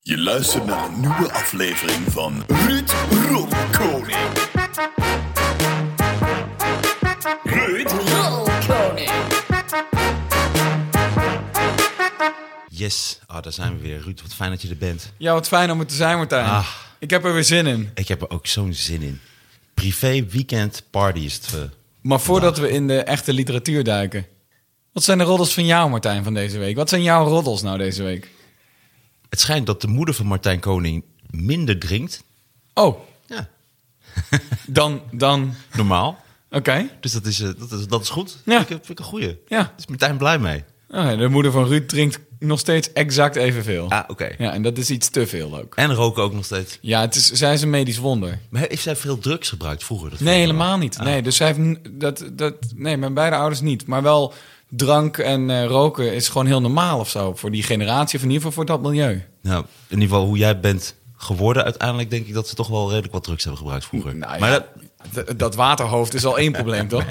Je luistert naar een nieuwe aflevering van Ruud Rolkoning. Ruud. Yes, oh, daar zijn we weer. Ruud, wat fijn dat je er bent. Ja, wat fijn om het te zijn, Martijn. Ah. Ik heb er weer zin in. Ik heb er ook zo'n zin in. Privé weekend party is het. eh. Maar voordat we in de echte literatuur duiken. Wat zijn de roddels van jou, Martijn, van deze week? Wat zijn jouw roddels nou deze week? Het schijnt dat de moeder van Martijn Koning minder drinkt. Oh, Ja, dan, dan, normaal. oké. Dus dat is, eh, dat is, dat is goed. Ja. Vind, ik, vind ik een goeie. Ja. Daar is Martijn blij mee. Oh, ja, de moeder van Ruud drinkt nog steeds exact evenveel. Ah, oké. Ja, en dat is iets te veel ook. En roken ook nog steeds. Ja, het is, zij is een medisch wonder. Maar heeft zij veel drugs gebruikt vroeger? Dat Nee, vroeg ik me helemaal af. niet. Nee, dus zij heeft, n- dat, dat, nee, mijn beide ouders niet. Maar wel drank en eh, roken is gewoon heel normaal of zo. Voor die generatie, of in ieder geval voor dat milieu. Nou, in ieder geval hoe jij bent geworden. Uiteindelijk denk ik dat ze toch wel redelijk wat drugs hebben gebruikt vroeger. Nou ja, maar dat, d- dat, waterhoofd is al één probleem, toch?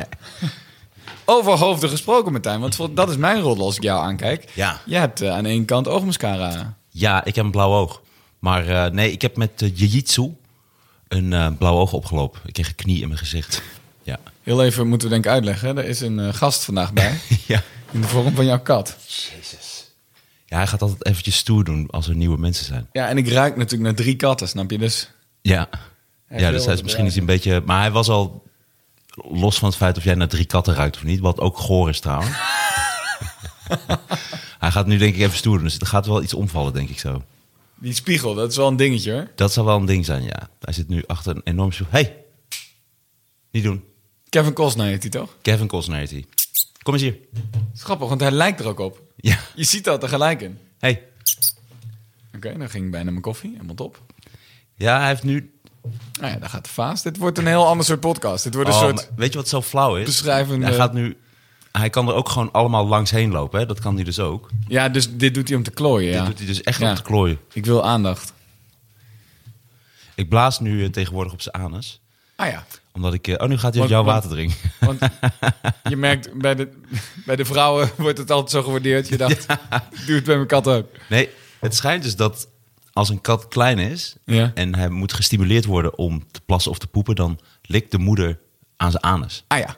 Over hoofden gesproken, Martijn. Want vol- dat is mijn roddel als ik jou aankijk. Ja. Je hebt eh, aan één kant oogmascara. Ja, ik heb een blauw oog. Maar eh, nee, ik heb met eh, jiu-jitsu een eh, blauw oog opgelopen. Ik kreeg een knie in mijn gezicht. Ja. Heel even moeten we denk ik uitleggen. Er is een eh, gast vandaag bij. ja. in de vorm van jouw kat. Jezus. Ja, hij gaat altijd eventjes stoer doen als er nieuwe mensen zijn. Ja, en ik ruik natuurlijk naar drie katten, snap je? Dus Ja. Hij ja, wil dus hij is het misschien is hij een beetje... Maar hij was al... Los van het feit of jij naar drie katten ruikt of niet. Wat ook goor is trouwens. hij gaat nu denk ik even stoer doen. Dus er gaat wel iets omvallen, denk ik zo. die spiegel, dat is wel een dingetje hoor. Dat zal wel een ding zijn, ja. Hij zit nu achter een enorm... stoel. hey! Niet doen. Kevin Costner heet hij toch? Kevin Costner heet hij. Kom eens hier. Dat is grappig, want hij lijkt er ook op. Ja. Je ziet dat er gelijk in. Hey. Oké, dan ging ik bijna mijn koffie. Helemaal top. Ja, hij heeft nu... Nou ja, daar gaat de vaas. Dit wordt een heel ander soort podcast. Dit wordt een Oh, soort... eh, maar weet je wat zo flauw is? beschrijvende- Hij gaat nu... Hij kan er ook gewoon allemaal langs heen lopen, hè? Dat kan hij dus ook. Ja, dus dit doet hij om te klooien, ja. Dit doet hij dus echt Ja. op te klooien. Ik wil aandacht. Ik blaas nu eh, tegenwoordig op zijn anus. Ah ja. Omdat ik... eh, oh, nu gaat hij Want- uit jouw want- water drinken. Want je merkt, bij de, bij de vrouwen wordt het altijd zo gewaardeerd. Je dacht, ik doe het bij mijn kat ook. Nee, het schijnt dus dat als een kat klein is... Ja. en hij moet gestimuleerd worden om te plassen of te poepen... dan likt de moeder aan zijn anus. Ah ja.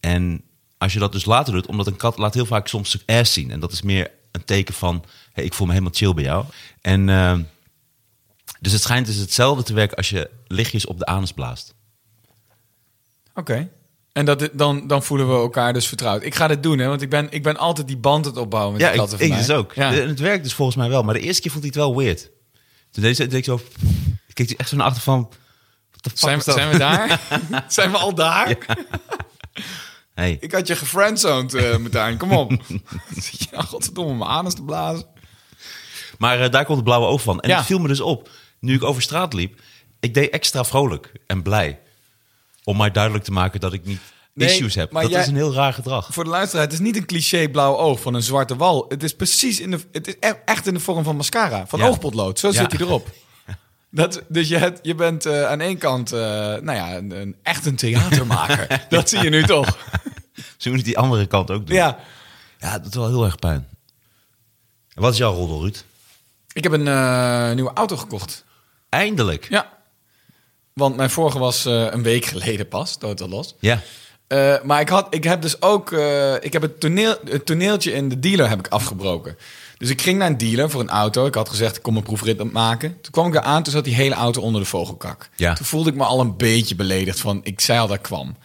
En als je dat dus later doet, omdat een kat laat heel vaak soms zijn ass zien. En dat is meer een teken van, hey, ik voel me helemaal chill bij jou. En ehm, dus het schijnt dus hetzelfde te werken als je lichtjes op de anus blaast. Oké. En dat, dan, dan voelen we elkaar dus vertrouwd. Ik ga dit doen, hè, want ik ben, ik ben altijd die band aan het opbouwen met Ja, de ik, katten ik van mij. dus ook. Ja. En het werkt dus volgens mij wel. Maar de eerste keer vond hij het wel weird. Toen deed hij deed ik zo, keek hij echt zo naar achter van, what the fuck Zijn, is we- dat? zijn we daar? zijn we al daar? Hey, Ik had je gefriendzoned, eh Martijn. Kom op. Zit je nou godverdomme mijn anus te blazen? Maar eh, daar komt het blauwe oog van. En Ja. het viel me dus op, nu ik over straat liep, ik deed extra vrolijk en blij. Om mij duidelijk te maken dat ik niet Nee, issues heb. maar Dat jij- is een heel raar gedrag. Voor de luisteraar, het is niet een cliché blauw oog van een zwarte wal. Het is precies in de, het is e- echt in de vorm van mascara, van Ja. oogpotlood. Zo Ja. zit hij erop. Dat, dus je, hebt, je bent eh, aan één kant, eh, nou ja, een, een- echt een theatermaker. dat zie je nu toch? Ze moeten die andere kant ook doen. Ja. ja dat doet wel heel erg pijn. En wat is jouw roddel, Ruud? Ik heb een eh, nieuwe auto gekocht. Eindelijk. Ja. Want mijn vorige was eh, een week geleden pas, totaal los. Ja. Eh, maar ik, had, ik heb dus ook... eh, ik heb het, toneel, het toneeltje in de dealer heb ik afgebroken. Dus ik ging naar een dealer voor een auto. Ik had gezegd, ik kom een proefrit maken. Toen kwam ik daar aan, toen zat die hele auto onder de vogelkak. Ja. Toen voelde ik me al een beetje beledigd van... Ik zei al, daar kwam.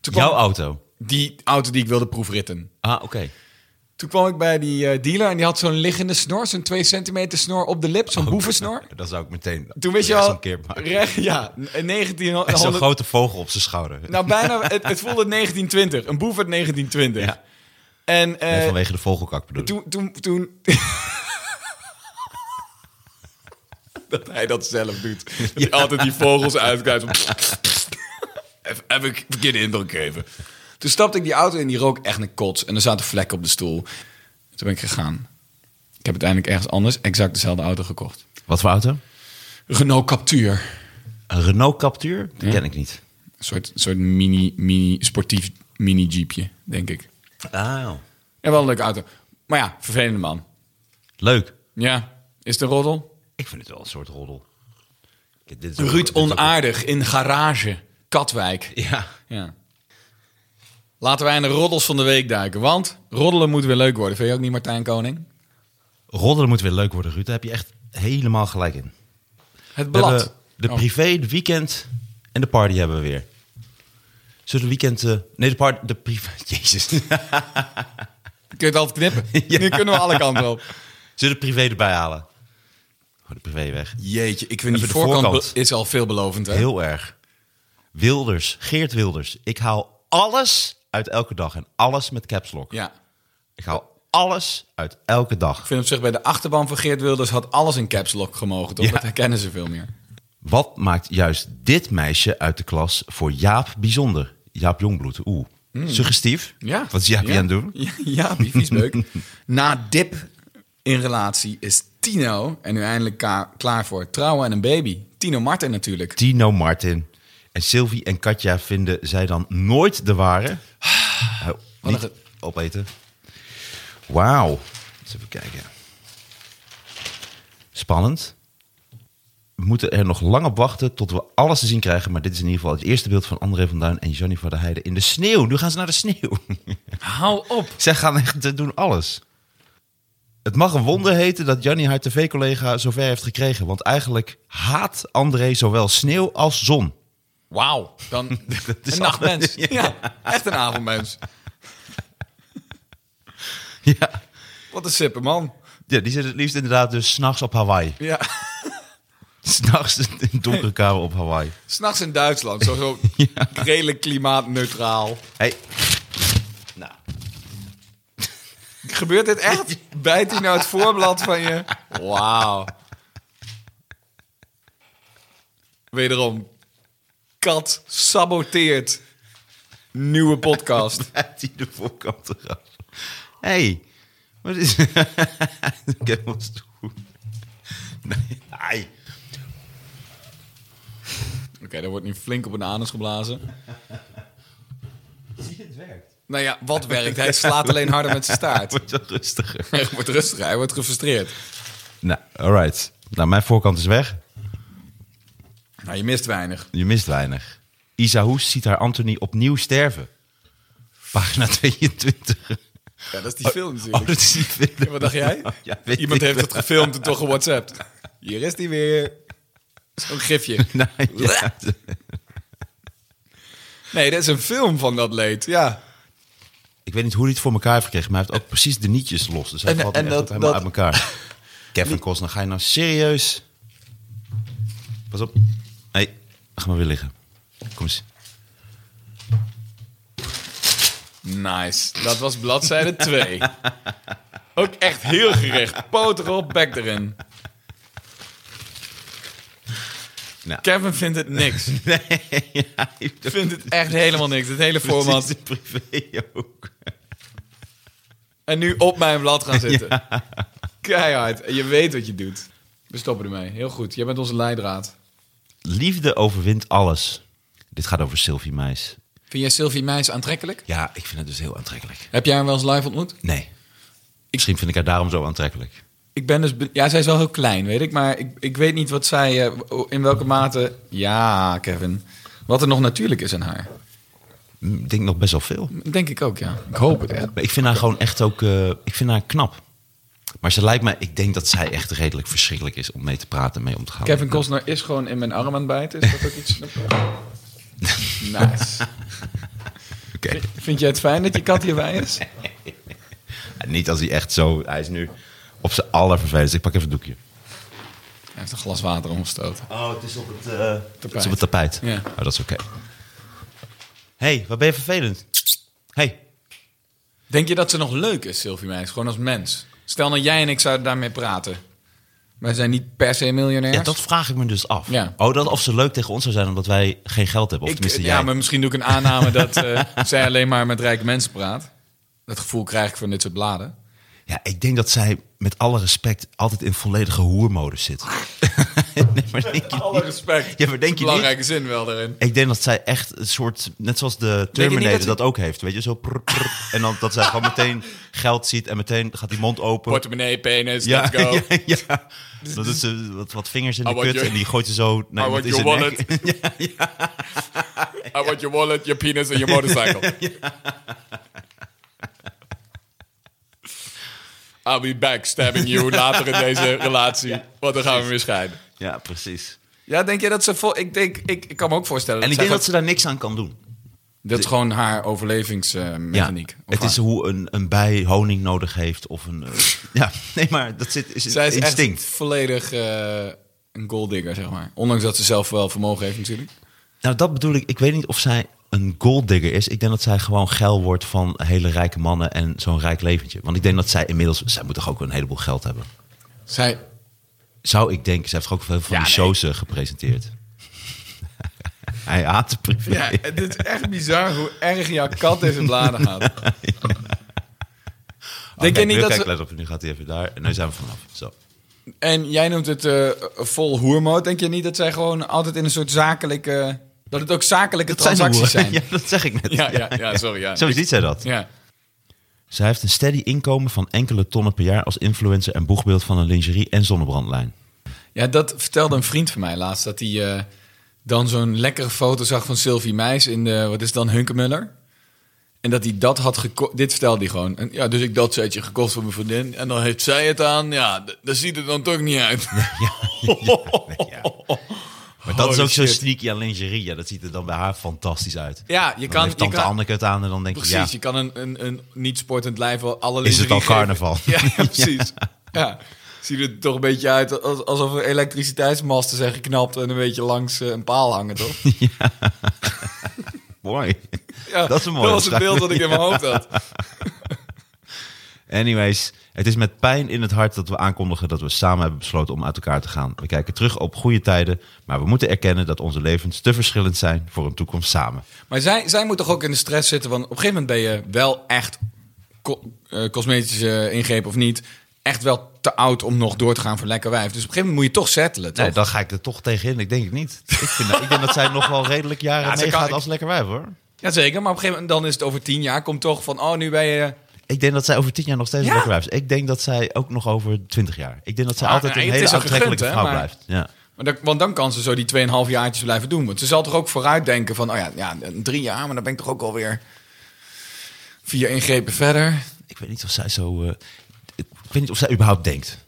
Toen kwam Jouw auto. die auto die ik wilde proefritten. Ah, oké. Toen kwam ik bij die eh, dealer en die had zo'n liggende snor. Zo'n 2 centimeter snor op de lip, zo'n Oh, boevensnor. Dan zou ik meteen Toen wist je rechts al... een keer maken. recht- ja, En zo'n 1900... grote vogel op zijn schouder. Nou, bijna. Het, het voelde 1920. Een boef uit 1920. Ja. En eh, Nee, vanwege de vogelkak bedoel ik. toen... toen, toen... dat hij dat zelf doet. Dat hij altijd die vogels uitkijkt. even, even een verkeerde indruk geven. Toen stapte ik die auto in, die rook echt een kots. En er zaten vlekken op de stoel. Toen ben ik gegaan. Ik heb uiteindelijk ergens anders exact dezelfde auto gekocht. Wat voor auto? Renault Captur. Een Renault Captur? Die ken ik niet. Een soort, soort mini, mini, sportief mini-jeepje, denk ik. Ah, Ja, wel een leuke auto. Maar ja, vervelende man. leuk. Ja, is de roddel? Ik, vind het wel een soort roddel. Kijk, dit is ook- dit Ruud is ook- onaardig in garage, Katwijk. Ja. Ja. Laten wij in de roddels van de week duiken. Want roddelen moet weer leuk worden. Vind je ook niet, Martijn Koning? Roddelen moet weer leuk worden, Ruud. Daar heb je echt helemaal gelijk in. Het We hebben blad. de Oh. privé, de weekend en de party hebben we weer. Zullen we de weekend... eh, nee, de party... De privé... Jezus. Kun je het altijd knippen? Nu kunnen we alle kanten op. Zullen we de privé erbij halen? Oh, de privé weg. Jeetje, ik vind die Even de voorkant, voorkant. be- is al veelbelovend. Hè? Heel erg. Wilders. Geert Wilders. Ik haal alles uit elke dag. En alles met caps lock. Ja. Ik haal alles uit elke dag. Ik vind op zich bij de achterban van Geert Wilders had alles in caps lock gemogen. Toch? Ja. Dat herkennen ze veel meer. Wat maakt juist dit meisje uit de klas voor Jaap bijzonder? Jaap Jongbloed. Oeh. Suggestief. Hmm. Ja. Wat is Jaap hier aan het doen? Ja, ja die viesbeuk. Na dip in relatie is Tino en nu eindelijk ka- klaar voor trouwen en een baby. Tino Martin natuurlijk. Tino Martin. En Sylvie en Katja vinden zij dan nooit de ware. Oh, Ah, een niet ge- opeten. Wauw. Eens even kijken. Spannend. We moeten er nog lang op wachten tot we alles te zien krijgen. Maar dit is in ieder geval het eerste beeld van André van Duin en Johnny van der Heijden in de sneeuw. Nu gaan ze naar de sneeuw. Hou op. Zij gaan echt eh, doen alles. Het mag een wonder heten dat Jannie haar tv-collega zover heeft gekregen. Want eigenlijk haat André zowel sneeuw als zon. Wauw. Dan Dat is een nachtmens. altijd- Ja, echt een avondmens. Ja. Wat een sippe man. ja, die zit het liefst inderdaad dus s'nachts op Hawaii. Ja. S'nachts in donkere kamer op Hawaii. S'nachts in Duitsland. Zo, zo redelijk klimaatneutraal. Hey. Nou, Gebeurt dit echt? Bijt hij nou het voorblad van je? Wauw. Wederom. Kat saboteert nieuwe podcast. uit die de voorkant eraf. Hey, wat is... Ik heb ons toe. Nee, ai. Oké, daar wordt nu flink op een anus geblazen. Zie je, het werkt. Nou ja, wat werkt? Hij slaat alleen harder met zijn staart. Wordt wel rustiger. Hij wordt rustig, hij wordt gefrustreerd. Nou, alright. Nou, mijn voorkant is weg. Nou, je mist weinig. Je mist weinig. Isa Hoes ziet haar Anthony opnieuw sterven. Pagina 22. Ja, dat is die film Oh, natuurlijk. dat is die film. Wat dacht jij? Ja, weet Iemand ik heeft wel. het gefilmd en toch gewhatsappt. Hier is hij weer. Zo'n gifje. Nou, ja. Nee, dat is een film van dat leed. Ja. Ik weet niet hoe hij het voor elkaar heeft gekregen, maar hij heeft ook precies de nietjes los. Dus hij En- valt en en echt dat- helemaal dat- uit elkaar. Kevin Costner, ga je nou serieus? Pas op. Nee, ga maar weer liggen. Kom eens. Nice. Dat was bladzijde 2. Ook echt heel gericht. Poot erop, bek erin. Nou. Kevin vindt het niks. Ik Vindt het echt helemaal niks. Het hele format. privé ook. En nu op mijn blad gaan zitten. Keihard. En Je weet wat je doet. We stoppen ermee. Heel goed. Jij bent onze leidraad. Liefde overwint alles. Dit gaat over Sylvie Meis. Vind jij Sylvie Meijs aantrekkelijk? Ja, ik vind het dus heel aantrekkelijk. Heb jij haar wel eens live ontmoet? Nee. Misschien vind ik haar daarom zo aantrekkelijk. Ik ben dus... be- Ja, zij is wel heel klein, weet ik. Maar ik, ik weet niet wat zij... eh, in welke mate... Ja, Kevin. Wat er nog natuurlijk is aan haar. Mm, Ik denk nog best wel veel. Denk ik ook, ja. Ik hoop het echt. Maar ik vind haar gewoon echt ook... eh, ik vind haar knap. Maar ze lijkt mij... Ik denk dat zij echt redelijk verschrikkelijk is om mee te praten en mee om te gaan. Kevin Costner is gewoon in mijn arm aan het bijten. Is dat ook iets? nice. Oké. Vind jij het fijn dat je kat hierbij is? Ja, Niet als hij echt zo... Hij is nu op zijn allervervelendst. Ik pak even het doekje. Hij heeft een glas water omgestoten. Oh, het is op het... Het Tapijt. is op het tapijt. Ja. Oh, dat is oké. hey, wat ben je vervelend? hey, Denk je dat ze nog leuk is, Sylvie Meijs? Gewoon als mens. Stel nou jij en ik zouden daarmee praten. Wij zijn niet per se miljonairs. ja, dat vraag ik me dus af. Ja. Oh, dan of ze leuk tegen ons zou zijn omdat wij geen geld hebben. Of Ik- eh, tenminste jij. ja, maar misschien doe ik een aanname dat eh, zij alleen maar met rijke mensen praat. Dat gevoel krijg ik van dit soort bladen. Ja, ik denk dat zij met alle respect altijd in volledige hoermodus zit. nee, maar denk je Alle niet? respect. Ja, maar denk je niet? Belangrijke zin wel daarin. Ik denk dat zij echt een soort, net zoals de niet Terminator dat, dat ze- ook heeft, weet je, zo prr, prr. en dan dat zij gewoon meteen geld ziet en meteen gaat die mond open. Portemonnee, penis, ja, let's go. ja, ja. Dat is eh, wat, wat vingers in I de want kut your- en die gooit ze zo naar I iemand want in your zijn wallet. nek. I want your wallet, your penis en your motorcycle. I'll be back stabbing you later in deze relatie. Want dan gaan we weer scheiden. Ja, precies. Ja, denk je dat ze vol... Ik, denk, ik, ik kan me ook voorstellen... En ik zij denk dat ze gewoon- daar niks aan kan doen. dat is gewoon haar Ja, overlevingsmechaniek. het is hoe een, een bij honing nodig heeft of een... eh, ja, nee, maar dat zit, is Zij is instinct. echt volledig eh, een goaldigger, zeg maar. Ondanks dat ze zelf wel vermogen heeft natuurlijk. Nou, dat bedoel ik. Ik weet niet of zij een golddigger is. Ik denk dat zij gewoon geil wordt van hele rijke mannen en zo'n rijk leventje. Want ik denk dat zij inmiddels... Zij moet toch ook wel een heleboel geld hebben? Zij... Zou ik denken. Zij heeft toch ook veel van die Ja, nee. shows eh, gepresenteerd. Hij haat de privé. Oh, Ja, het is echt bizar hoe erg jouw kat deze bladen gaat. Denk je kijk, niet nu- dat kijk, ze... let op. Nu gaat hij even daar. En nu zijn we vanaf. Zo. En jij noemt het eh, vol hoermoot. Denk je niet dat zij gewoon altijd in een soort zakelijke... Dat het ook zakelijke transacties hoeren. zijn? Ja, dat zeg ik net. Ja, ja, ja, sorry, ja. Zo ziet zij dat. Ja. Zij heeft een steady inkomen van enkele tonnen per jaar als influencer en boegbeeld van een lingerie en zonnebrandlijn. Ja, dat vertelde een vriend van mij laatst. Dat hij eh, dan zo'n lekkere foto zag van Sylvie Meis in de, wat is het dan, Hunkemuller. En dat hij dat had gekocht. Dit vertelde hij gewoon. En, ja, dus ik dat setje gekocht voor mijn vriendin. En dan heeft zij het aan. Ja, d- daar ziet het dan toch niet uit. Maar dat is Holy ook zo shit. sneaky aan lingerie. Ja, dat ziet er dan bij haar fantastisch uit. Ja, je Dan kan- heeft tante je kan- Anneke het aan en dan denk Precies, je, ja, je kan een, een, een niet-sportend lijf wel alle Is het al lingerie carnaval? geven. Ja, ja, precies. Ja. Ziet er toch een beetje uit als- alsof er elektriciteitsmasten zijn geknapt... en een beetje langs eh, een paal hangen, toch? mooi. Ja, dat is een mooi. Dat was het beeld dat ik in mijn hoofd had. Anyways, het is met pijn in het hart dat we aankondigen dat we samen hebben besloten om uit elkaar te gaan. We kijken terug op goede tijden, maar we moeten erkennen dat onze levens te verschillend zijn voor een toekomst samen. Maar zij, zij moet toch ook in de stress zitten? Want op een gegeven moment ben je wel echt, co- eh, cosmetische ingreep of niet, echt wel te oud om nog door te gaan voor lekker wijf. Dus op een gegeven moment moet je toch settelen, toch? Nee, dan ga ik er toch tegenin. Ik denk het niet. Ik, vind dat- ik denk dat zij nog wel redelijk jaren Ja, ze meegaat kan- als lekker wijf, hoor. Jazeker, maar op een gegeven moment dan is het over tien jaar, komt toch van, oh, nu ben je... Ik denk dat zij over tien jaar nog steeds Ja? een lekker wijf is. Ik denk dat zij ook nog over twintig jaar. Ik denk dat zij Ah, altijd nee, een het hele is haar aantrekkelijke gegund, hè, vrouw maar- blijft. Ja. Maar dan- Want dan kan ze zo die 2,5 jaartjes blijven doen. Want ze zal toch ook vooruit denken van, oh ja, ja, drie jaar, maar dan ben ik toch ook alweer vier ingrepen verder. Ik weet niet of zij zo. eh, ik weet niet of zij überhaupt denkt.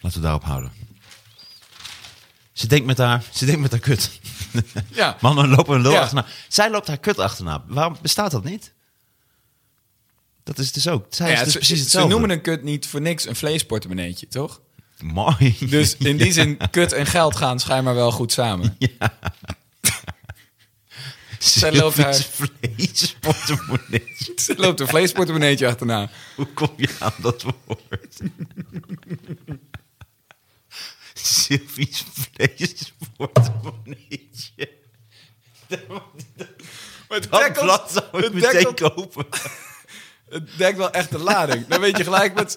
Laten we daarop houden. Ze denkt met haar, ze denkt met haar kut. Ja. Mannen lopen een lul Ja. achterna. Zij loopt haar kut achterna. Waarom bestaat dat niet? Dat is dus ook. Zij is Nou ja, dus ze- precies ze, hetzelfde. noemen een kut niet voor niks een vleesportemonneetje, toch? Mooi. Dus in die zin, kut en geld gaan schijnbaar wel goed samen. zij loopt haar- Sylvia's vlees, portemonnee. Ze loopt een vleesportemonneetje achterna. Hoe kom je aan dat woord? Sylvies vlees, portemonneetje. Maar Dat blad zou ik meteen kopen. het dekt wel echt de lading. Dan weet je gelijk wat...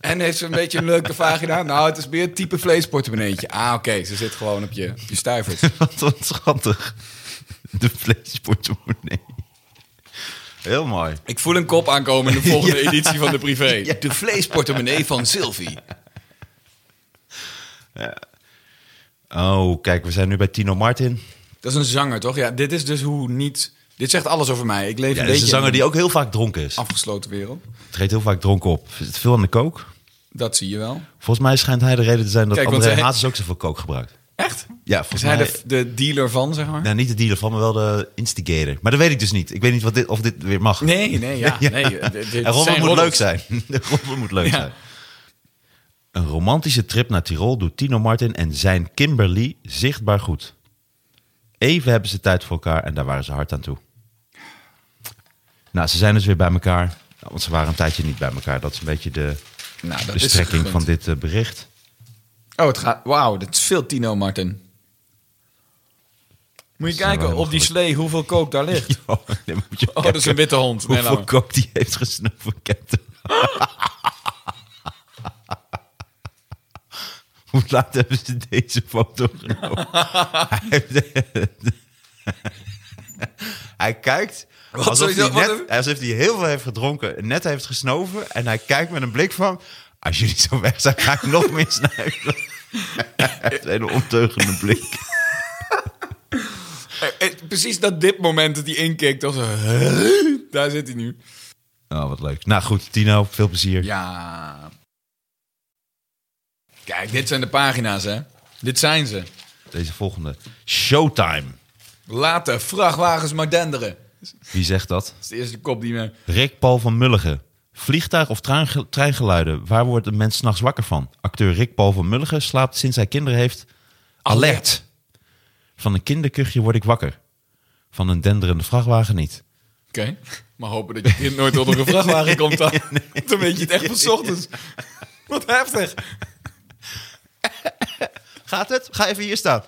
En heeft ze een beetje een leuke vagina? Nou, het is meer het type vleesportemonneetje. Ah, oké, ze zit gewoon op je, op je stuivers. Wat wat schattig. De vleesportemonnee. Heel mooi. Ik voel een kop aankomen in de volgende editie van de privé. De vleesportemonnee van Sylvie. Oh, kijk, we zijn nu bij Tino Martin. Dat is een zanger, toch? Ja, dit is dus hoe niet... Dit zegt alles over mij. Ik leef Ja, een dat is beetje een zanger in die ook heel vaak dronken is. een afgesloten wereld. Oh. Treedt heel vaak dronken op. Zit veel aan de kook. Dat zie je wel. Volgens mij schijnt hij de reden te zijn dat Kijk, want André zij- Hazes ook zoveel kook gebruikt. Echt? Ja, Is volgens hij mij... de, de dealer van, zeg maar? Nou, niet de dealer van, maar wel de instigator. Maar dat weet ik dus niet. Ik weet niet wat dit, of dit weer mag. Nee, nee, ja. Nee, dit- dit en rommel zijn moet leuk roddels. zijn. De rommel moet leuk Ja. zijn. Een romantische trip naar Tirol doet Tino Martin en zijn Kimberly zichtbaar goed. Even hebben ze tijd voor elkaar en daar waren ze hard aan toe. Nou, ze zijn dus weer bij elkaar. Nou, Want ze waren een tijdje niet bij elkaar. Dat is een beetje de, Nou, de dat is strekking gegund. van dit eh, bericht. Oh, het gaat. Wauw, dat is veel Tino Martin. Moet je is wel kijken heel op die goed. slee hoeveel kook daar ligt. Oh, nee, maar moet je Oh, dat is kijken een witte hond. Nee, Hoeveel laat maar. kook die heeft gesnoeven, Captain. Hoe laat hebben ze deze foto genomen? hij, heeft- hij kijkt Wat alsof hij, sowieso- wat net, een- alsof hij heel veel heeft gedronken, net heeft gesnoven. En hij kijkt met een blik van... Als jullie zo weg zijn, ga ik nog meer snuiven. hij heeft een hele onteugende blik. Eh, eh, Precies dat dit moment dat hij inkeek, dat was, daar zit hij nu. Oh, wat leuk. Nou goed, Tino, veel plezier. Ja. Kijk, dit zijn de pagina's, hè. Dit zijn ze. Deze volgende. Showtime. Laat de vrachtwagens maar denderen. Dat Wie zegt dat? is de eerste kop die me... Rick Paul van Mulligen. Vliegtuig of trein- treingeluiden, waar wordt een mens 's nachts wakker van? Acteur Rick Paul van Mulligen slaapt sinds hij kinderen heeft. Alert! Van een kinderkuchje word ik wakker. Van een denderende vrachtwagen niet. Oké. Maar hopen dat je kind nooit onder een vrachtwagen komt dan. Dan weet je het echt van 's ochtends. Wat heftig. Gaat het? Ga even hier staan.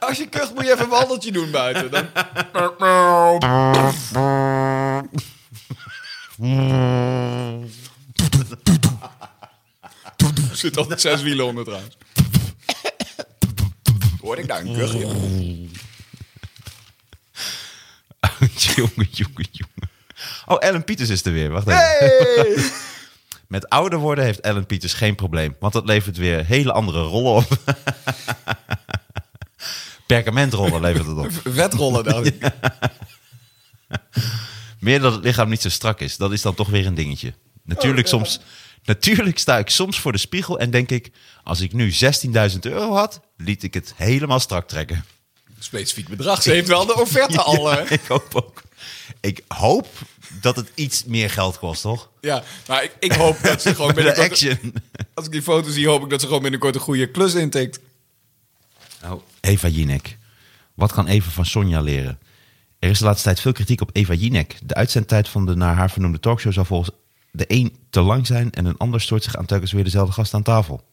Als je kucht moet je even een wandeltje doen buiten. Dan... Er zit altijd zes wielen onder trouwens. Hoor ik daar een kuchje? jongen, jongen, jongen. Oh, Ellen Pieters is er weer. Wacht even. Hey! Met ouder worden heeft Ellen Pieters geen probleem, want dat levert weer hele andere rollen op. Perkamentrollen levert het op. Wetrollen dan. Meer dat het lichaam niet zo strak is, dat is dan toch weer een dingetje. Natuurlijk, Oh, soms, natuurlijk sta ik soms voor de spiegel en denk ik... als ik nu 16.000 euro had, liet ik het helemaal strak trekken. Specifiek bedrag. Ze heeft wel de offerte al. hè? Ja, ik hoop ook. Ik hoop dat het iets meer geld kost, toch? Ja, maar ik, ik hoop dat ze gewoon De binnenkort... action. Als ik die foto zie, hoop ik dat ze gewoon binnenkort een goede klus intikt. Nou, Eva Jinek. Wat kan Eva van Sonja leren? Er is de laatste tijd veel kritiek op Eva Jinek. De uitzendtijd van de naar haar vernoemde talkshow zou volgens de een te lang zijn... en een ander stoort zich aan telkens weer dezelfde gast aan tafel.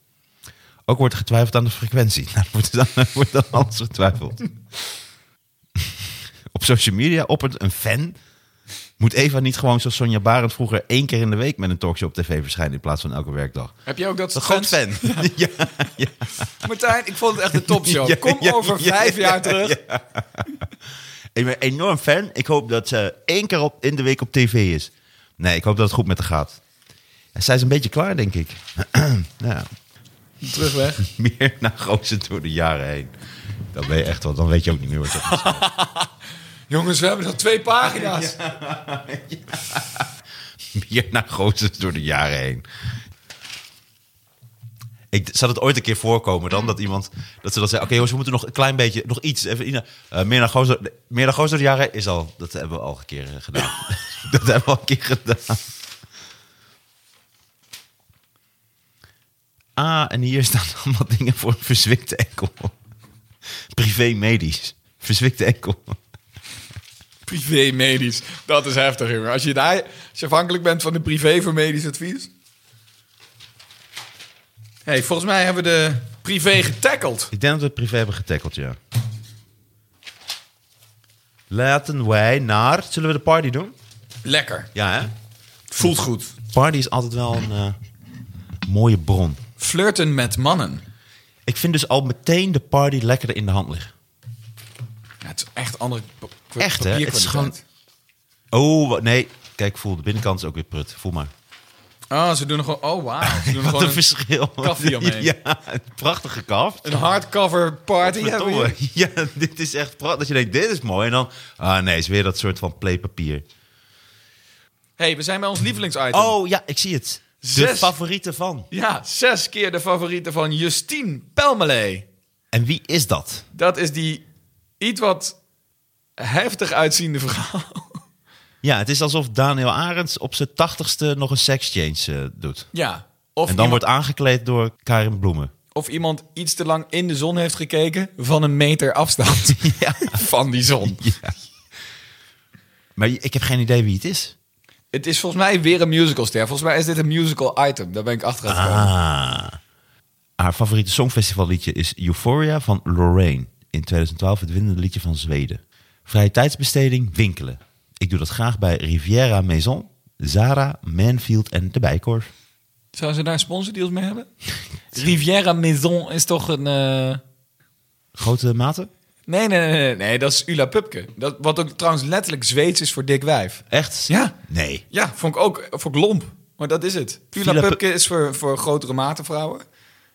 Ook wordt er getwijfeld aan de frequentie. Nou, dan wordt, dan, wordt dan alles getwijfeld. op social media oppert een fan... Moet Eva niet gewoon zoals Sonja Barend vroeger... één keer in de week met een talkshow op tv verschijnen... in plaats van elke werkdag? Heb je ook dat Een groot fans- fan. Ja. Martijn, ik vond het echt een topshow. Ja, Kom ja, over ja, vijf ja, jaar terug. Ik ben enorm fan. Ik hoop dat ze één keer op, in de week op tv is. Nee, ik hoop dat het goed met haar gaat. En zij is een beetje klaar, denk ik. ja, Terugweg. meer naar gozer door de jaren heen. Dan ben je echt wel, dan weet je ook niet meer wat dat is. Jongens, we hebben nog twee pagina's. Meer naar gozer door de jaren heen. Ik zat het ooit een keer voorkomen dan dat iemand dat ze dat zei. Oké, jongens, we moeten nog een klein beetje, nog iets. Even in, eh, meer naar gozer, meer naar gozer door de jaren heen is al. Dat hebben we al een keer eh, gedaan. dat hebben we al een keer gedaan. Ah, en hier staan allemaal dingen voor een verzwikte enkel. Privé medisch. Verzwikte enkel. Privé medisch. Dat is heftig, jongen. Als je, daar, als je afhankelijk bent van de privé voor medisch advies. hey, volgens mij hebben we de privé getackled. Ik denk dat we het privé hebben getackled, ja. Laten wij naar... Zullen we de party doen? Lekker. Ja, hè? Voelt goed. Party is altijd wel een eh, mooie bron. Flirten met mannen. Ik vind dus al meteen de party lekkerder in de hand liggen. Ja, het is echt andere pa- pa- Echt, hè? Het is papierkwaliteit. Oh, wa- nee. Kijk, voel, de binnenkant is ook weer prut. Voel maar. Oh, ze doen gewoon... Oh, wauw. Ze doen Wat gewoon een een, verschil. kaffie omheen. Ja, een prachtige kaf. een hardcover party hebben we hier. Verdomme. Ja, dit is echt prachtig. Dat je denkt, dit is mooi. En dan, ah nee, is weer dat soort van playpapier. hey, we zijn bij ons lievelingsitem. Oh ja, ik zie het. De Zes. favoriete van. Ja, zes keer de favoriete van Justine Pelmelee. En wie is dat? Dat is die iets wat heftig uitziende verhaal. Ja, het is alsof Daniel Arends op zijn tachtigste nog een sexchange eh, doet. Ja. Of en dan iemand, wordt aangekleed door Karin Bloemen. of iemand iets te lang in de zon heeft gekeken van een meter afstand Ja. van die zon. Maar ik heb geen idee wie het is. Het is volgens mij weer een musicalster. Volgens mij is dit een musical item. Daar ben ik achter gekomen. Ah. Haar favoriete songfestivalliedje is Euphoria van Lorraine. In 2012 het winnende liedje van Zweden. Vrije tijdsbesteding, winkelen. Ik doe dat graag bij Riviera Maison, Zara, Manfield en de Bijkorf. Zouden ze daar sponsordeals mee hebben? Riviera Maison is toch een... eh, Grote maten? Nee, nee, nee, nee, nee, dat is Ula Pupke. Dat, wat ook trouwens letterlijk Zweeds is voor dik wijf. Echt? Ja. Nee. Ja, vond ik ook vond ik lomp. Maar dat is het. Ula Pu- Pupke is voor, voor grotere matenvrouwen.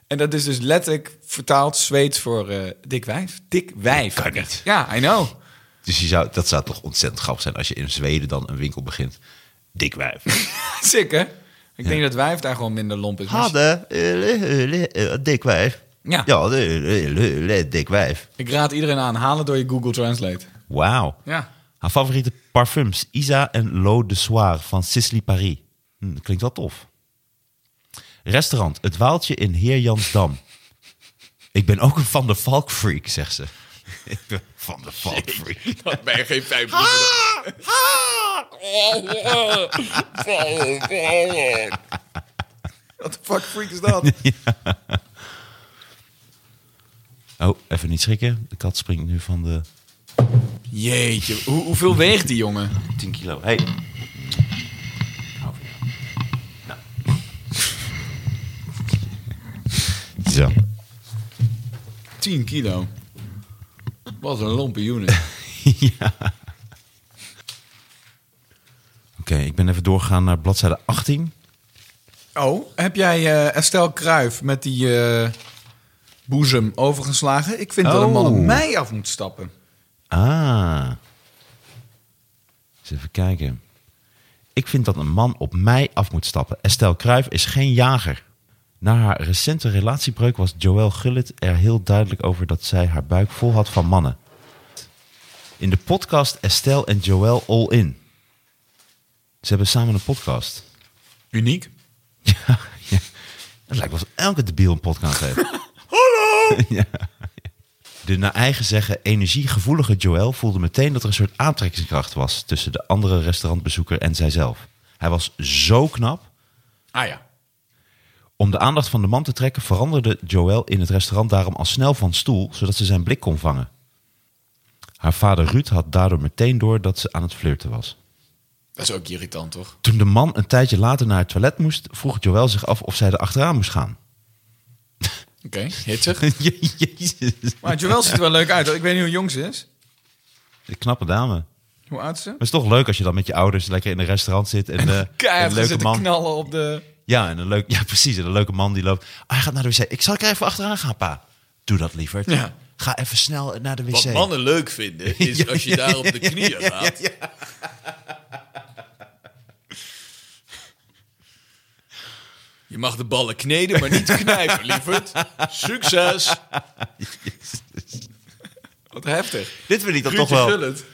En dat is dus letterlijk vertaald Zweeds voor eh, dik wijf. Dik wijf. Kan niet. Ja, I know. Dus je zou, dat zou toch ontzettend grappig zijn als je in Zweden dan een winkel begint. Dik wijf. Sick, hè? Ik denk dat wijf daar gewoon minder lomp is. Maar Hadden, eh, dik wijf. Ja. Ja, eh, eh, eh, dik wijf. Dus Ik raad iedereen aan, halen door je Google Translate. Wauw. Ja. Haar favoriete parfums, Isa en L'Eau de Soir van Sisley Paris. Hm, klinkt wel tof. Restaurant, Het Waaltje in Heer Jansdam. Ik ben ook een Van der Valk freak, zegt ze. Ik ben Van der Valk freak. Dat ben je geen vijf Wat de fuck freak is dat? Oh, even niet schrikken. De kat springt nu van de Jeetje, hoe, hoeveel weegt die jongen? 10 kilo. Hey. Nou. Zo. 10 kilo. Wat een lompe unit. Oké, ik ben even doorgegaan naar bladzijde 18. Oh, heb jij eh, Estelle Kruif met die eh, boezem overgeslagen? Ik vind dat een man op Oh. mij af moet stappen. Ah. Eens even kijken. Ik vind dat een man op mij af moet stappen. Estelle Kruijf is geen jager. Na haar recente relatiebreuk was Joël Gullit er heel duidelijk over dat zij haar buik vol had van mannen. In de podcast Estelle en Joël All In. Ze hebben samen een podcast. Uniek. Ja, ja. Het lijkt wel alsof elke debiel een podcast heeft. Hallo! ja. De naar eigen zeggen energiegevoelige Joël voelde meteen dat er een soort aantrekkingskracht was tussen de andere restaurantbezoeker en zijzelf. Hij was zo knap. Ah ja. Om de aandacht van de man te trekken veranderde Joël in het restaurant daarom al snel van stoel, zodat ze zijn blik kon vangen. Haar vader Ruud had daardoor meteen door dat ze aan het flirten was. Dat is ook irritant, toch? Toen de man een tijdje later naar het toilet moest, vroeg Joël zich af of zij er achteraan moest gaan. Oké, hitsig. Je- Jezus. Maar Joël ziet er wel leuk uit. hoor. Ik weet niet hoe jong ze is. De knappe dame. Maar Hoe oud is ze? het is toch leuk als je dan met je ouders lekker in een restaurant zit en, eh, Keihard een gaan leuke zitten man. knallen op de... Ja, en een leuk, ja, precies. En een leuke man die loopt. Ah, hij gaat naar de wc. Ik zal er even achteraan gaan, pa. Doe dat liever. Ja. Ga even snel naar de wc. Wat mannen leuk vinden is als je daar op de knieën gaat. Je mag de ballen kneden, maar niet knijpen, lieverd. Succes! Wat heftig. Dit vind ik dan Ruudje toch wel. Gullit.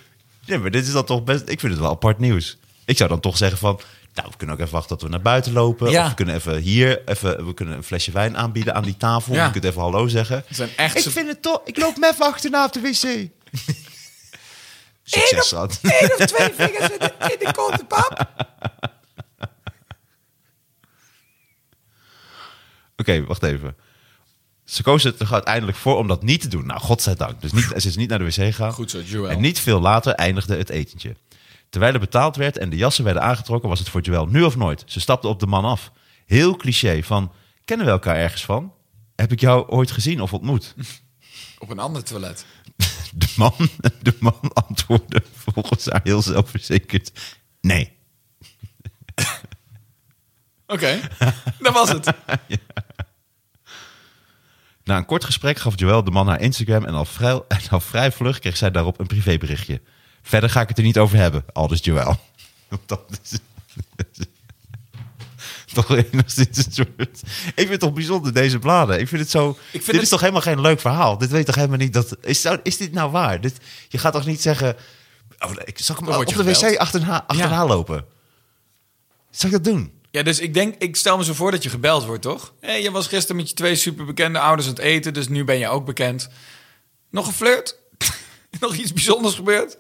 Nee, maar dit is dan toch best. Ik vind het wel apart nieuws. Ik zou dan toch zeggen van. Nou, we kunnen ook even wachten tot we naar buiten lopen. Ja. Of we kunnen even hier. Even, we kunnen een flesje wijn aanbieden aan die tafel. Ja. Je kunt even hallo zeggen. Het zijn echt Ik zo- vind het toch. Ik loop me even achterna op de wc. Succes, schat. Eén of twee vingers in de, in de kote pap. Oké, wacht even. Ze koos het er uiteindelijk voor om dat niet te doen. Nou, godzijdank. Dus niet, ze is niet naar de wc gegaan. Goed zo, Joël. En niet veel later eindigde het etentje. Terwijl er betaald werd en de jassen werden aangetrokken, was het voor Joël nu of nooit. Ze stapte op de man af. Heel cliché van, kennen we elkaar ergens van? Heb ik jou ooit gezien of ontmoet? Op een ander toilet. De man, de man antwoordde volgens haar heel zelfverzekerd, nee. Oké, dat was het. Na een kort gesprek gaf Joël de man haar Instagram en al vrij, en al vrij vlug kreeg zij daarop een privéberichtje. Verder ga ik het er niet over hebben, aldus Joël. Dat is... Toch enigszins een soort... Ik vind het toch bijzonder, deze bladen. Ik vind het zo... vind dit het- is toch helemaal geen leuk verhaal? Dit weet toch helemaal niet dat... Is, zou- is dit nou waar? Dit, je gaat toch niet zeggen... Oh, ik, zal ik hem Dan op word de je gebeld. wc achterna, achterna Ja. lopen? Zal ik dat doen? Ja, dus ik denk, ik stel me zo voor dat je gebeld wordt, toch? Hé, je was gisteren met je twee superbekende ouders aan het eten, dus nu ben je ook bekend. Nog geflirt? Nog iets bijzonders gebeurd?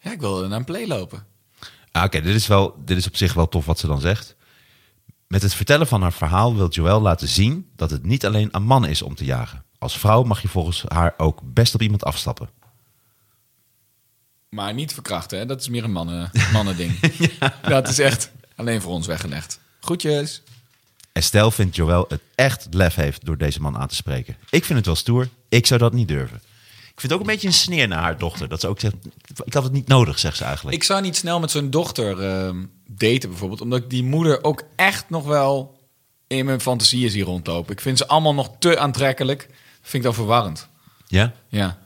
Ja, ik wilde naar een play lopen. Ah, Oké, dit is wel, dit is op zich wel tof wat ze dan zegt. Met het vertellen van haar verhaal wil Joël laten zien dat het niet alleen aan mannen is om te jagen. Als vrouw mag je volgens haar ook best op iemand afstappen. Maar niet verkrachten, hè? dat is meer een mannen, mannen ding. Dat is echt alleen voor ons weggelegd. Groetjes. Estelle vindt Joël het echt lef heeft door deze man aan te spreken. Ik vind het wel stoer. Ik zou dat niet durven. Ik vind het ook een beetje een sneer naar haar dochter. Dat ze ook zegt, ik had het niet nodig, zegt ze eigenlijk. Ik zou niet snel met zo'n dochter ehm, daten bijvoorbeeld. Omdat ik die moeder ook echt nog wel in mijn fantasieën zie rondlopen. Ik vind ze allemaal nog te aantrekkelijk. Vind ik dat verwarrend. Ja? Ja.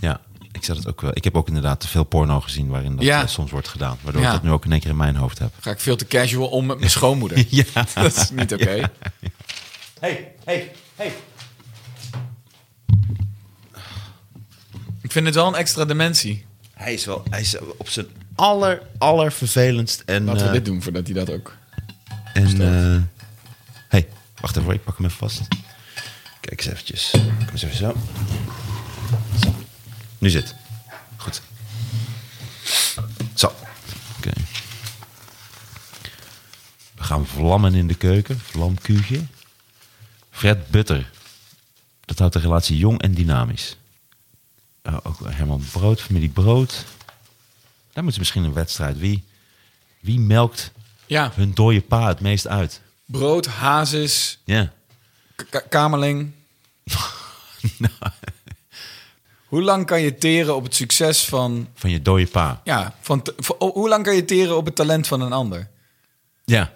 Ja. Ik, zou dat ook wel. ik heb ook inderdaad te veel porno gezien waarin dat Ja. eh, soms wordt gedaan. Waardoor ik Ja. dat nu ook in één keer in mijn hoofd heb. Ga ik veel te casual om met mijn schoonmoeder. Ja. Dat is niet oké. Hey, hey, hey. Ik vind het wel een extra dimensie. Hij is wel hij is op zijn aller, aller vervelendst. En, Laten eh, we dit doen voordat hij dat ook... En, eh hey, wacht even, hoor, ik pak hem even vast. Kijk eens eventjes. Kom eens even zo. Zo. Nu zit. Goed. Zo. Oké. We gaan vlammen in de keuken. Vlamkuurtje. Fred Butter. Dat houdt de relatie jong en dynamisch. Eh, ook Herman Brood, familie Brood. Daar moeten ze misschien een wedstrijd. Wie, wie melkt Ja, hun dode pa het meest uit. brood, hazes, Ja. k- k- kamerling. Nou. Hoe lang kan je teren op het succes van... Van je dode pa. Ja, van t- van- hoe lang kan je teren op het talent van een ander? Ja.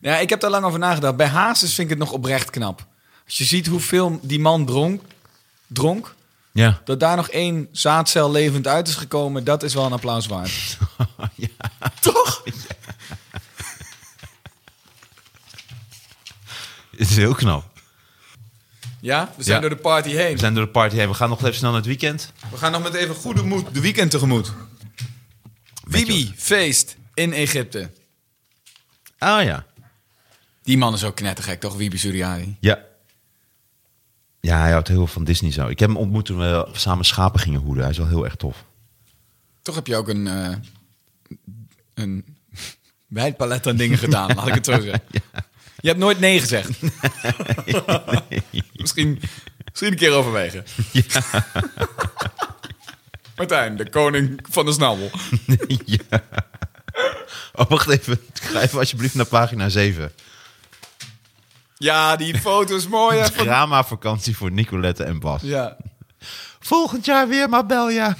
Ja, ik heb daar lang over nagedacht. Bij Hazes vind ik het nog oprecht knap. Als je ziet hoeveel die man dronk, dronk Ja. dat daar nog één zaadcel levend uit is gekomen, dat is wel een applaus waard. Toch? Het is heel knap. Ja, we zijn Ja. door de party heen. We zijn door de party heen. We gaan nog even snel naar het weekend. We gaan nog met even goede moed de weekend tegemoet. Bibi, feest in Egypte. Ah ja. Die man is ook knettergek, toch? Wibi Suriari. Ja. Ja, hij houdt heel veel van Disney zo. Ik heb hem ontmoet toen we samen schapen gingen hoeden. Hij is wel heel erg tof. Toch heb je ook een, eh een wijd palet aan dingen gedaan, laat ik het zo zeggen. Je hebt nooit nee gezegd. misschien, misschien een keer overwegen. Martijn, de koning van de snabbel. ja. Oh, wacht even. Ga even alsjeblieft naar pagina 7. Ja, die foto is mooi. hè, van- Drama vakantie voor Nicolette en Bas. Ja. Volgend jaar weer Mabelja.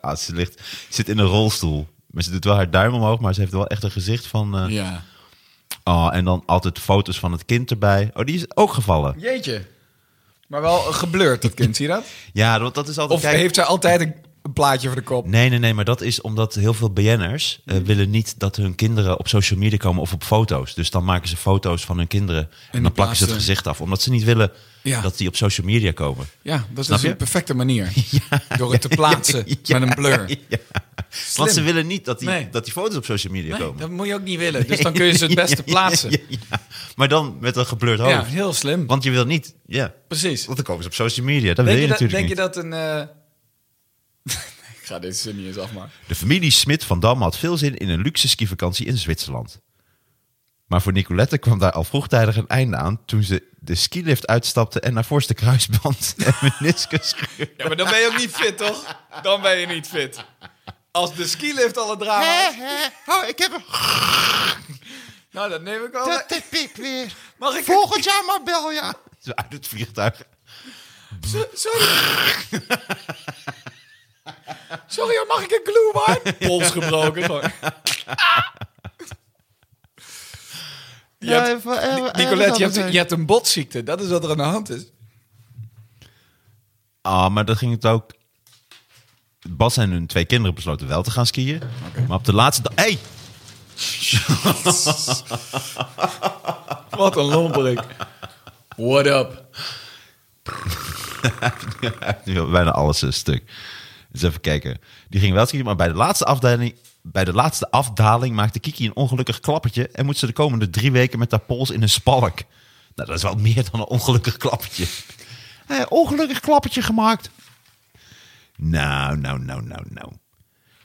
nou, ze ligt, zit in een rolstoel. Maar ze doet wel haar duim omhoog, maar ze heeft wel echt een gezicht van... eh, ja. Oh, en dan altijd foto's van het kind erbij. Oh, die is ook gevallen. Jeetje. Maar wel geblurred, dat kind, zie je dat? Ja, want dat is altijd... Of kijk- heeft zij altijd een, een plaatje voor de kop? Nee, nee, nee, maar dat is omdat heel veel BN'ers Mhm. eh, willen niet dat hun kinderen op social media komen of op foto's. Dus dan maken ze foto's van hun kinderen en, dan die plakken ze het plaatsen- gezicht af. Omdat ze niet willen Ja. dat die op social media komen. Ja, dat Snap is dus je? een perfecte manier. Door het te plaatsen Ja, met een blur. ja. Want ze willen niet dat die, Nee. dat die foto's op social media Nee, komen. dat moet je ook niet willen. Dus dan kun je ze het beste plaatsen. Ja, Oh. ja. Maar dan met een geblurred Ja, hoofd. heel slim. Want je wil niet... Ja, Precies. want dan komen ze op social media. Dat Denk wil je, je, dat, natuurlijk denk je niet. dat een... eh, Ik ga deze zin niet eens afmaken. De familie Smit van Dam had veel zin in een luxe skivakantie in Zwitserland. Maar voor Nicolette kwam daar al vroegtijdig een einde aan toen ze de skilift uitstapte en naar voorste kruisband en meniscus scheurde. Ja, maar dan ben je ook niet fit, toch? Dan ben je niet fit. Als de skilift al het drama is, Oh, ik heb een Nou, dat neem ik al. mee. pik weer. Mag ik... jaar maar bel, ja. Zo uit het vliegtuig. Zo- Sorry. Sorry, hoor, mag ik een glue wine? Pols gebroken. gewoon. Je hebt- Nicolette, je hebt, je hebt een botziekte. Dat is wat er aan de hand is. Ah, maar dan ging het ook... Bas en hun twee kinderen besloten wel te gaan skiën. Maar op de laatste dag... Hey! Wat een lomperik. What up? Nu al bijna alles een stuk. Dus even kijken. Die ging wel schieten, maar bij de laatste afdeling... Bij de laatste afdaling maakte Kiki een ongelukkig klappertje... en moet ze de komende drie weken met haar pols in een spalk. Nou, dat is wel meer dan een ongelukkig klappertje. Eh, ongelukkig klappertje gemaakt. Nou, nou, nou, nou, nou.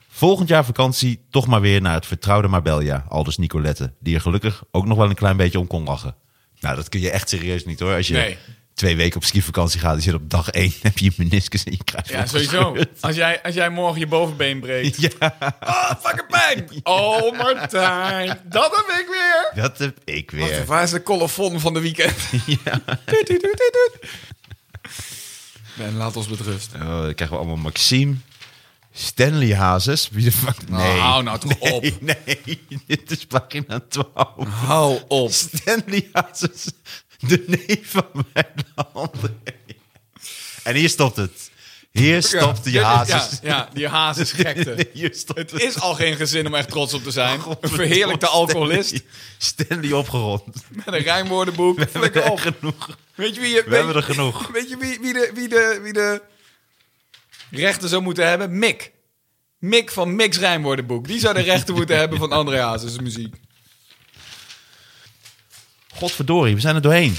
Volgend jaar vakantie toch maar weer naar het vertrouwde Marbella, aldus Nicolette... die er gelukkig ook nog wel een klein beetje om kon lachen. Nou, dat kun je echt serieus niet hoor. Als je Nee. twee weken op skivakantie gaat, dus je zit op dag één, heb je je meniscus en je krijgt Ja, sowieso. Als jij, als jij morgen je bovenbeen breekt. Oh, fucking pijn. Oh, Martijn. Dat heb ik weer. Dat heb ik Wacht, weer. Waar is de colofon van de weekend? Doet, doet, doet, doet, doet. Ben, laat ons met rust. Oh, dan krijgen we allemaal Maxime. Stanley Hazes. Wie de fuck? Nee. hou nou toch nee, op. Nee, dit is pagina 12. Hou op. Stanley Hazes, de neef van mijn handen. En hier stopt het. Hier stopt die Ja, dit is- Hazes. Ja, ja, die hazes gekte. Hier stopt Het het. is al geen gezin om echt trots op te zijn. Een Godverdomme, verheerlijkte alcoholist Stanley, Stanley opgerond. met een rijmwoordenboek. Flikker op. Genoeg. Weet je wie je... We hebben er genoeg. Weet je wie, wie, de, wie, de, wie de rechten zou moeten hebben? Mick. Mick van Mick's Rijmwoordenboek. Die zou de rechten moeten hebben van André Hazes' muziek. Godverdorie, we zijn er doorheen.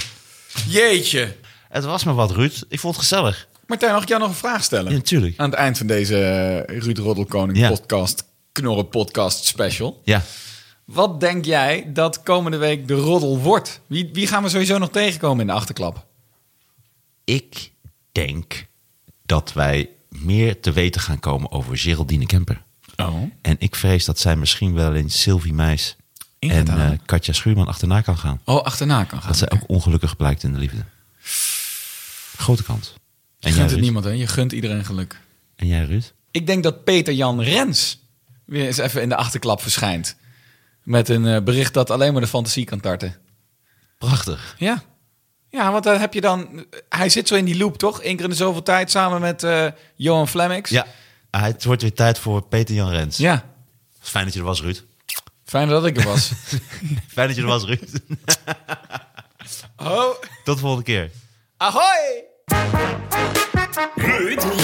Jeetje. Het was maar wat, Ruud. Ik vond het gezellig. Martijn, mag ik jou nog een vraag stellen? Ja, natuurlijk. Aan het eind van deze eh, Ruud Roddelkoning Ja. podcast, knorren podcast special. Ja. Wat denk jij dat komende week de roddel wordt? Wie, wie gaan we sowieso nog tegenkomen in de achterklap? Ik denk dat wij meer te weten gaan komen over Geraldine Kemper. Oh. En ik vrees dat zij misschien wel eens Sylvie Meis In en gaat halen. eh, Katja Schuurman achterna kan gaan. Oh, achterna kan gaan. Dat zij ook ongelukkig blijkt in de liefde. Grote kans. Je En gunt jij, het Ruud? niemand, hè? Je gunt iedereen geluk. En jij, Ruud? Ik denk dat Peter Jan Rens weer eens even in de achterklap verschijnt. Met een eh, bericht dat alleen maar de fantasie kan tarten. Prachtig. Ja. Ja, want dan heb je dan... Hij zit zo in die loop, toch? Eén keer in de zoveel tijd samen met eh, Johan Flemmix. Ja, ah, het wordt weer tijd voor Peter-Jan Rens. Ja. Fijn dat je er was, Ruud. Fijn dat ik er was. Fijn dat je er was, Ruud. oh, Tot de volgende keer. ahoy! Ruud